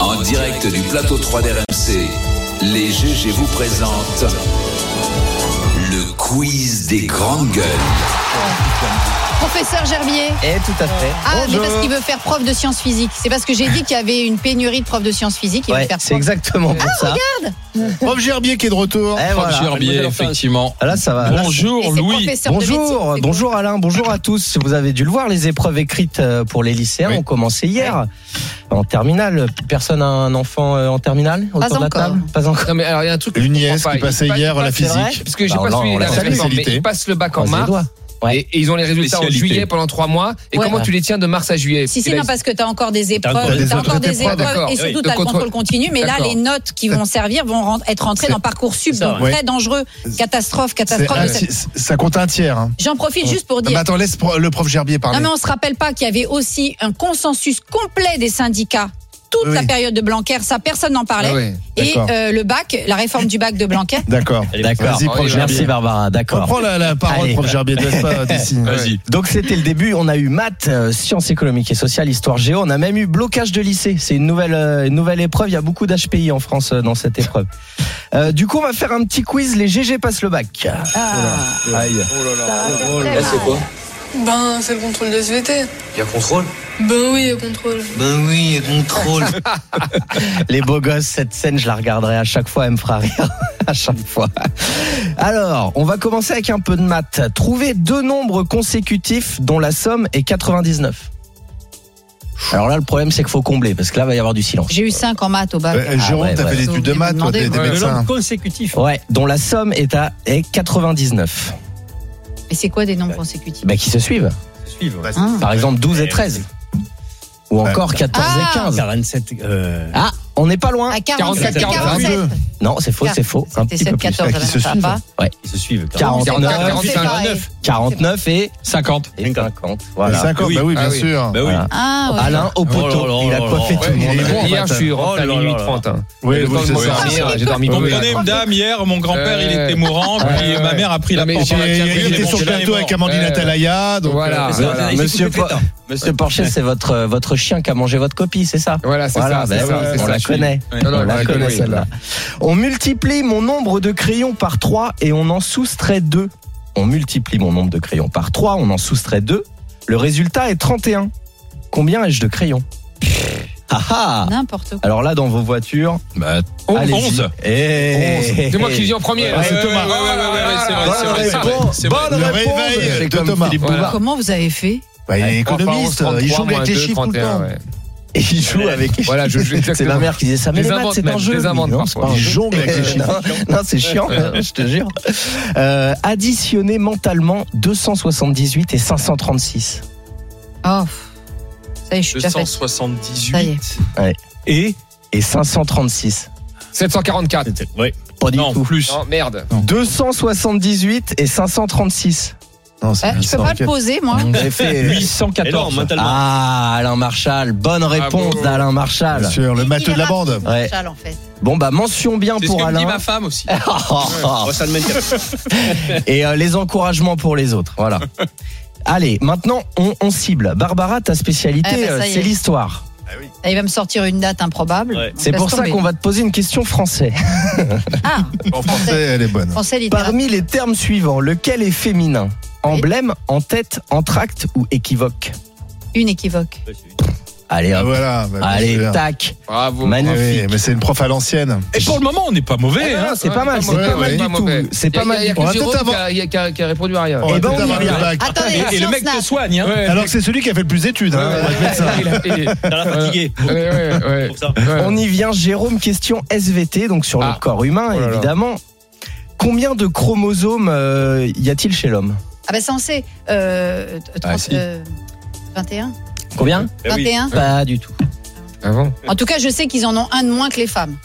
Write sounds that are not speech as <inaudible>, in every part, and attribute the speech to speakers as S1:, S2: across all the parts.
S1: En direct du plateau 3 d'RMC, les GG vous présentent le quiz des grandes gueules.
S2: Professeur Gervier.
S3: Eh, tout à fait.
S2: Ah,
S3: Bonjour.
S2: mais parce qu'il veut faire prof de sciences physiques. C'est parce que j'ai dit qu'il y avait une pénurie de profs de sciences physiques. Il veut
S3: Ouais,
S2: faire Ah,
S3: c'est
S2: prof.
S3: exactement pour ça.
S4: Prof Gerbier qui est de retour.
S3: Eh, voilà.
S5: Franck Gerbier,
S4: Mademoiselle Orphan.
S5: effectivement.
S3: Ah, Là, ça va. Là,
S2: Et c'est
S5: Bonjour Louis.
S2: professeur de médecine,
S3: Bonjour,
S2: c'est
S3: bonjour Alain, bonjour à tous. Vous avez dû le voir, les épreuves écrites euh, pour les lycéens
S5: Oui.
S3: ont commencé hier en terminale. Personne a un enfant euh, en terminale autour de la
S2: encore.
S3: table Pas encore.
S6: Non mais alors il y a un truc. que je
S4: L'UNIES
S6: comprends pas.
S4: qui passait
S6: Ils passent-
S4: hier
S6: ils
S4: la
S6: passent-
S3: c'est vrai
S4: physique.
S6: Parce que j'ai
S3: Bah, on
S6: pas
S3: l'a- on
S6: suivi
S3: l'a
S6: la
S3: salué,
S6: réforme, mais
S4: félicité.
S6: ils passent le bac en
S3: Croisez les
S6: mars
S3: doigts. Ouais.
S6: et, et ils ont les résultats en
S5: Spécialité.
S6: juillet pendant trois mois. Et
S2: Ouais.
S6: comment tu les tiens de mars à juillet Eh ben,
S2: Si, si,
S6: Et là,
S2: non, parce que tu as encore des
S4: encore
S2: épreuves,
S4: des
S2: t'as
S4: autres
S2: encore des
S4: épreuves,
S2: épreuves,
S6: d'accord.
S2: et
S6: Oui,
S2: surtout
S6: le
S2: tu as le
S6: contrôle-
S2: contrôle continu, mais là,
S6: D'accord.
S2: les notes qui vont servir vont ren- être rentrées dans Parcoursup, donc
S4: ouais.
S2: très dangereux. Catastrophe,
S4: C'est
S2: catastrophe.
S4: un
S2: de cette-
S4: ti- ça compte un tiers. hein.
S2: J'en profite juste pour
S4: Mais
S2: dire.
S4: attends, laisse pro- le prof Gerbier parler.
S2: Non, mais on se rappelle pas qu'il y avait aussi un consensus complet des syndicats toute
S4: Oui.
S2: la période de Blanquer, ça personne n'en parlait.
S6: Ah ouais,
S2: et
S4: d'accord.
S2: euh, le bac, la réforme du bac de Blanquer,
S4: D'accord.
S3: D'accord.
S4: Vas-y, prof
S3: Merci
S4: Gerbier.
S3: Barbara, d'accord.
S4: Reprends la, la parole,
S3: Allez.
S4: prof Gerbier. Te laisse pas d'ici.
S5: Vas-y.
S3: Donc c'était le début, on a eu maths, euh, sciences économiques et sociales, histoire géo, on a même eu blocage de lycée. C'est une nouvelle euh, une nouvelle épreuve, il y a beaucoup d'HPI en France euh, dans cette épreuve. Euh, du coup, on va faire un petit quiz les GG passent le bac. Aïe.
S5: Là, c'est quoi
S7: Ben, c'est le contrôle de SVT.
S5: Il y a contrôle
S7: Ben oui, le contrôle.
S5: Ben oui, il y a contrôle.
S3: Les beaux gosses, cette scène, je la regarderai à chaque fois, elle me fera rire <laughs> à chaque fois. Alors, on va commencer avec un peu de maths. Trouver deux nombres consécutifs dont la somme est 99. Alors là, le problème, c'est qu'il faut combler, parce que là, il va y avoir du silence.
S2: j'ai eu 5 en maths au bac.
S4: Euh, Jérôme,
S3: Ah ouais,
S4: t'as
S3: ouais.
S4: fait des études de
S2: Vous
S4: maths, toi,
S2: demandez,
S4: des, des
S2: ouais.
S4: médecins.
S8: consécutif.
S3: Ouais, dont la somme est à est 99.
S2: Mais c'est quoi des nombres consécutifs
S3: Bah, qui se suivent.
S8: Suivre.
S2: Hein
S3: Par exemple, 12 et 13. Ou encore 14
S2: Ah.
S3: et 15.
S8: 47. euh,
S3: Ah, on n'est pas loin.
S2: À 47,
S6: 47,
S2: 47.
S3: Non, c'est faux, c'est faux. Un petit peu
S2: 7,
S3: plus.
S2: 14,
S4: qui se
S2: ça va
S4: suivent.
S2: pas.
S8: Ils se suivent.
S3: 49,
S6: 49,
S3: 49 et
S5: 50.
S3: et 50. Voilà.
S4: 50, bah oui, bien
S6: Ah oui.
S4: sûr.
S5: Ben oui.
S3: Voilà.
S2: Ah, ouais.
S3: Alain au poteau,
S8: Oh là là
S3: il a
S8: là
S3: coiffé
S8: là
S3: tout
S4: là.
S3: le monde.
S4: Il est bon,
S6: Hier, je suis
S8: Oh
S6: rentré
S8: là
S6: à
S8: là
S6: minuit
S8: là.
S6: 30. hein.
S4: Oui,
S6: Le
S4: oui,
S6: temps de
S4: c'est
S6: me
S4: ça.
S6: dormir,
S2: Ah,
S6: J'ai dormi
S5: Vous
S6: peu.
S5: comprenez, madame, hier, mon grand-père, il
S6: Ouais.
S5: était mourant,
S6: Ouais,
S5: puis
S6: ouais.
S5: ma mère a pris la
S6: Non, mais
S5: porte dans
S6: j'ai-
S5: laquelle
S4: Et
S6: j'ai
S4: Il était
S6: bon,
S4: sur le
S6: j'ai
S4: plateau avec
S5: mort.
S4: Amandine
S6: Ouais.
S4: Atalaya. Donc,
S6: Voilà.
S4: euh,
S6: Voilà.
S8: Ils
S3: Monsieur
S8: s'occupent
S3: Po-
S8: des temps.
S3: Monsieur Porcher, c'est votre euh, votre chien qui a mangé votre copie, c'est ça
S6: Voilà, ben c'est
S3: Voilà,
S6: ça, c'est
S3: bah
S6: ça,
S3: oui,
S6: c'est
S3: on
S6: ça,
S3: la
S6: je suis-
S3: connaît.
S6: Non, non,
S3: On la
S6: ouais,
S3: connaît
S6: oui.
S3: celle-là. On multiplie mon nombre de crayons par 3 et on en soustrait 2. On multiplie mon nombre de crayons par 3, on en soustrait 2. Le résultat est 31. Combien ai-je de crayons Ah ah
S2: N'importe quoi.
S3: Alors là, dans vos voitures, Eh,
S5: Bah,
S3: allez
S5: 11.
S6: C'est moi qui le dis en premier.
S4: Ouais, c'est Thomas.
S5: Ouais, ouais, ouais, ouais, ouais, c'est vrai,
S3: Bonne
S5: c'est vrai, c'est vrai,
S3: réponse.
S5: c'est vrai.
S3: Bonne
S4: Le
S3: réponse.
S4: réveil
S3: C'est
S4: de
S3: comme
S4: Thomas.
S3: Philippe
S6: Voilà.
S3: Bouvard.
S2: Comment vous avez fait
S4: bah, il est économiste,
S6: Enfin,
S4: il joue avec
S6: 11,
S4: les chiffres tout le
S6: 31,
S4: temps.
S6: ouais.
S3: Et il joue avec les
S6: Voilà, je joue
S3: chiffres. C'est
S6: exactement.
S3: ma mère qui disait ça. Mais
S6: Je les
S3: les maths,
S6: invente
S3: c'est
S6: même,
S3: un
S6: je
S3: jeu.
S6: les invente
S3: Non,
S6: parfois.
S3: c'est pas un
S4: Il
S3: jeu.
S4: jongle avec les chiffres.
S3: <laughs> Non, c'est chiant, <laughs> je te jure. Euh, additionner mentalement 278 et 536.
S2: Oh, ça y est, je suis déjà faite. Ça y
S5: 278.
S3: Et Et 536.
S6: 744.
S8: Ouais.
S3: Pas du
S5: Non,
S3: tout.
S5: plus.
S6: Non, Oh, merde.
S3: 278 et 536.
S4: Non, c'est
S2: Euh, je peux pas le poser, moi.
S3: J'ai fait
S8: 814. mentalement.
S3: Ah, Alain Marshall. Bonne réponse
S5: Bravo.
S3: d'Alain Marshall.
S4: Bien sûr,
S3: Bah,
S4: le maths de la bande.
S3: Ouais.
S2: Charles, en fait.
S3: Bon, bah, mention bien
S5: C'est ce
S3: pour
S5: que me dit
S3: Alain. <laughs>
S5: ma femme aussi.
S8: Oh, ça ne m'intéresse
S3: et euh, les encouragements pour les autres. Voilà. Allez, maintenant on, on cible. Barbara, ta spécialité,
S2: Eh ben, ça
S3: euh,
S2: y est.
S3: c'est l'histoire.
S2: Là, il va me sortir une date improbable.
S8: Ouais.
S2: On
S3: C'est
S2: laisse
S3: pour ça
S2: tomber.
S3: qu'on va te poser une
S2: <laughs>
S3: question français.
S2: Ah,
S4: En français, elle est bonne.
S2: français littéraire.
S3: Parmi les termes suivants, lequel est féminin Emblème, en tête, entracte ou équivoque
S2: Une équivoque.
S8: pas.
S3: Allez,
S4: Ah,
S3: hop.
S4: voilà. bah, bien
S3: Allez,
S4: sûr.
S3: tac.
S6: Bravo.
S4: Ah
S3: Magnifique.
S4: oui, mais c'est une prof à l'ancienne.
S5: Et pour le moment, on n'est pas mauvais, hein.
S3: Ah, c'est
S6: Ouais,
S3: pas mal, c'est
S4: mauvais,
S3: pas mal
S4: ouais.
S3: du
S6: Pas mauvais.
S3: tout. C'est
S6: Il y a-
S3: pas mal
S6: il y a
S3: du
S6: que
S4: On va
S6: Jérôme
S4: peut-être
S6: qui a- qui a- qui a qui a répondu à rien.
S4: On va
S3: Eh ben,
S4: peut-être
S3: on y
S4: avoir le
S3: vient.
S4: bac.
S2: Attendez, la
S5: Ah, Et, et le
S2: science
S5: mec
S2: nat.
S5: te soigne, hein.
S6: Ah, Ouais. Ah,
S4: Alors que c'est celui qui a fait le plus d'études. hein, on va dire ça.
S6: Il a- il est-
S8: T'as la fatiguée.
S6: Ouais, ouais, ouais.
S8: Pour ça.
S3: tout.
S6: Ouais.
S3: On y vient, Jérôme, question SVT, donc sur
S6: Ah.
S3: le corps humain,
S6: Oh là là.
S3: évidemment. Combien de chromosomes euh, y a-t-il chez l'homme
S2: Ah, bah, censé. Euh,
S5: Ah,
S2: 30,
S5: si.
S2: euh, 21
S3: Combien
S5: Eh
S8: Ben oui.
S2: 21
S3: Pas du tout.
S6: Ah bon
S2: En tout cas, je sais qu'ils en ont un de moins que les femmes.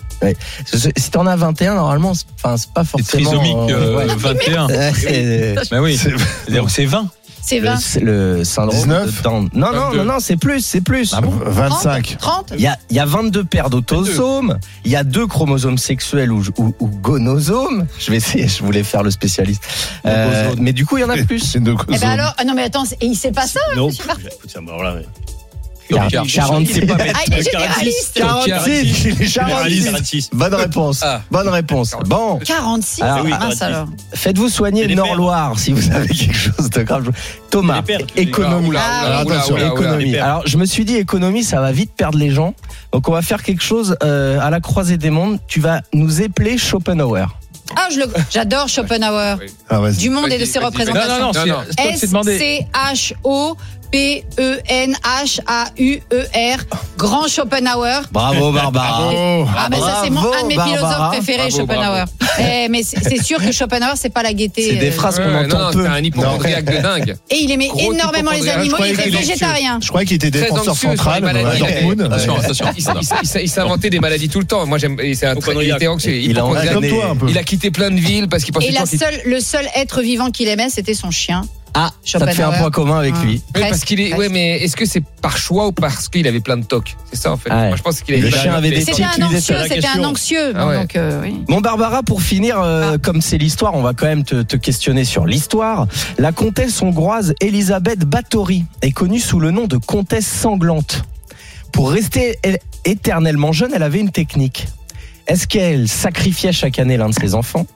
S3: Si si t'en as 21, normalement, c'est- enfin, c'est pas
S5: C'est
S3: forcément.
S5: trisomique
S3: euh,
S5: euh,
S3: ouais.
S5: 21.
S3: Euh,
S5: Bah oui,
S4: C'est-
S5: c'est-à-dire que c'est 20.
S2: C'est 20,
S3: le, le syndrome
S4: 19.
S3: de Down. Non, non,
S5: 22.
S3: non, non, c'est plus, c'est plus.
S5: Ah bon
S4: 25.
S2: 30
S3: Il y, a, il y a 22 paires d'autosomes, il y a deux chromosomes sexuels ou, ou, ou gonosomes. Je vais essayer, je voulais faire le spécialiste. Euh,
S4: Gonosomes.
S3: mais du coup, il y en a
S2: ben
S3: plus.
S4: C'est une de
S2: Eh ben alors, ah non mais attends, c'est- et il sait pas ça
S8: Non.
S2: je sais pas.
S8: Écoute, ça me- voilà, ouais.
S3: Car-
S6: Pierre.
S3: 46.
S8: Il est pas bête.
S2: Ah, il est
S8: Caractiste.
S2: généraliste
S8: Caractiste.
S3: 46.
S8: Généraliste.
S3: 46.
S8: Caractiste.
S3: Bonne réponse.
S6: Ah.
S3: Bonne réponse. Bon,
S2: 46
S3: Alors,
S2: ah,
S8: oui,
S2: mince
S8: 46.
S2: alors.
S3: faites-vous soigner
S8: C'est les
S3: Nord-Loire si vous avez quelque chose de grave. Thomas,
S8: les pertes, les
S3: économie.
S6: Oula,
S2: Ah,
S6: oula,
S4: oui.
S6: oula,
S4: Attention,
S6: oula, oula.
S3: économie.
S8: pertes.
S3: Alors, je me suis dit économie, ça va vite perdre les gens. Donc, on va faire quelque chose euh, à la croisée des mondes. Tu vas nous épeler Schopenhauer.
S2: Ah, je le- j'adore Schopenhauer.
S4: Ah, vas-y.
S2: Du monde et de
S6: Vas-y,
S2: ses
S6: vas-y, vas-y.
S5: Non, non,
S2: représentations.
S5: non, c'est
S6: Non, non.
S5: toi qui t'es demandé.
S2: S-C-H-O-P-E-N-H-A-U-E-R. Grand Schopenhauer.
S3: Bravo, Barbara.
S4: Oh.
S2: Ah, ben ça, c'est mon,
S3: Bravo,
S2: un de mes
S3: Barbara.
S2: philosophes préférés,
S6: Bravo,
S2: Schopenhauer. Eh, mais c'est c'est sûr que Schopenhauer, c'est pas la gaieté.
S3: C'est
S2: euh,
S3: des phrases qu'on
S6: Ouais, non,
S3: entend
S6: non,
S3: peu.
S6: c'est un hypochondriaque de dingue.
S2: Et il aimait
S6: Gros
S2: énormément les
S6: hypochondriaque.
S2: animaux,
S4: Je
S2: il
S4: croyais
S2: était
S4: qu'il était
S2: végétarien.
S4: Je croyais qu'il était
S6: Très
S4: défenseur
S6: anxieux sur
S4: central
S6: les
S4: à
S6: maladies.
S4: Dortmund.
S5: Attention, attention.
S6: Il, s- il s- il s'inventait des maladies tout le temps. Moi, j'aime. et c'est un très- Il était anxieux.
S3: Il a
S6: hypochondriaque.
S4: Ouais, Comme toi un peu.
S6: Il a quitté plein de villes parce qu'il pensait
S2: Et la
S6: toujours qu'il-
S2: seule, le seul être vivant qu'il aimait, c'était son chien.
S3: Ah, ça te fait un
S2: Schopenhauer.
S3: point commun avec
S2: Ah.
S3: lui.
S6: Oui, parce
S2: Presque,
S6: qu'il est.
S2: presque.
S6: Ouais, mais est-ce que c'est par choix ou parce qu'il avait plein de tocs C'est ça en fait.
S3: Ouais.
S6: Moi, je pense qu'il avait.
S3: Le
S6: plein de
S3: chien avait
S6: tocs.
S3: des
S2: C'était
S3: tics.
S2: un
S3: il était-
S2: anxieux,
S8: la
S2: c'était un
S8: question.
S2: anxieux.
S6: Ah ouais.
S2: Donc, euh, oui.
S3: Bon Barbara, pour finir, euh,
S2: Ah.
S3: comme c'est l'histoire, on va quand même te, te questionner sur l'histoire. La comtesse hongroise Elisabeth Bathory est connue sous le nom de comtesse sanglante. Pour rester é- éternellement jeune, elle avait une technique. Est-ce qu'elle sacrifiait chaque année l'un de ses enfants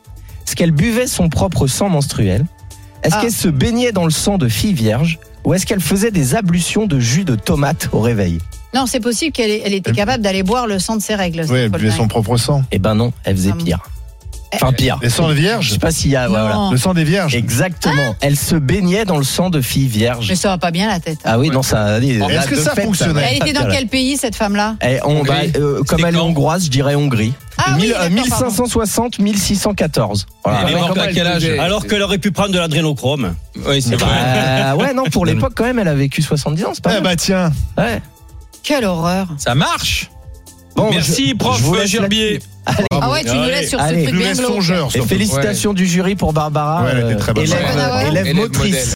S3: Est-ce qu'elle buvait son propre sang menstruel Est-ce
S2: Ah.
S3: qu'elle se baignait dans le sang de filles vierges Ou est-ce qu'elle faisait des ablutions de jus de tomate au réveil
S2: Non, c'est possible qu'elle elle était capable d'aller boire le sang de ses règles.
S4: Oui,
S2: cette
S4: elle buvait
S2: folle
S4: son propre sang.
S3: Eh ben non, elle faisait
S2: Ah bon.
S3: pire. Enfin pire.
S4: Les sangs des
S3: Je
S4: vierges
S3: sais pas s'il y a...
S2: Non.
S3: ouais, Ah, voilà.
S4: Le sang des vierges
S3: Exactement. elle se baignait dans le sang de filles
S2: dingue.
S3: vierges.
S2: Mais ça va pas bien la tête.
S3: Ah oui, non, ça.
S4: Est-ce que ça fonctionnait
S2: Elle était dans quel pays cette femme-là
S3: on, bah,
S5: Hongrie.
S3: euh, comme
S5: C'était
S3: elle est
S5: quand
S3: hongroise, je dirais Hongrie.
S2: Ah oui,
S3: Mille- euh,
S2: d'accord, pardon.
S3: 1560, 1614. Voilà.
S5: Elle est
S6: Mais
S5: morte
S6: comment
S5: à
S6: elle
S5: quel âge
S6: faisait
S8: Alors qu'elle aurait pu prendre de l'adrénochrome.
S5: Oui, c'est vrai.
S3: Bah, ouais, non,
S4: <laughs>
S3: pour l'époque, quand même, elle a vécu 70 ans, c'est pas
S4: Ah
S3: mal.
S4: bah tiens
S3: Ouais.
S2: Quelle horreur.
S5: Ça marche.
S3: Bon,
S5: Merci,
S3: je-
S5: prof
S3: je vous laisse
S5: Gerbier.
S3: là-dessus.
S2: Ah ouais, tu nous
S8: Allez.
S2: laisses sur ce
S3: Allez.
S2: truc
S4: Plus
S2: bien glauque.
S4: songeur
S3: Et
S4: surtout.
S3: félicitations du jury pour Barbara,
S4: Ouais, elle était
S3: euh,
S4: très bonne.
S3: élève,
S2: Ouais, ouais, ouais.
S3: élève
S6: Élève
S3: motrice.
S6: modèle.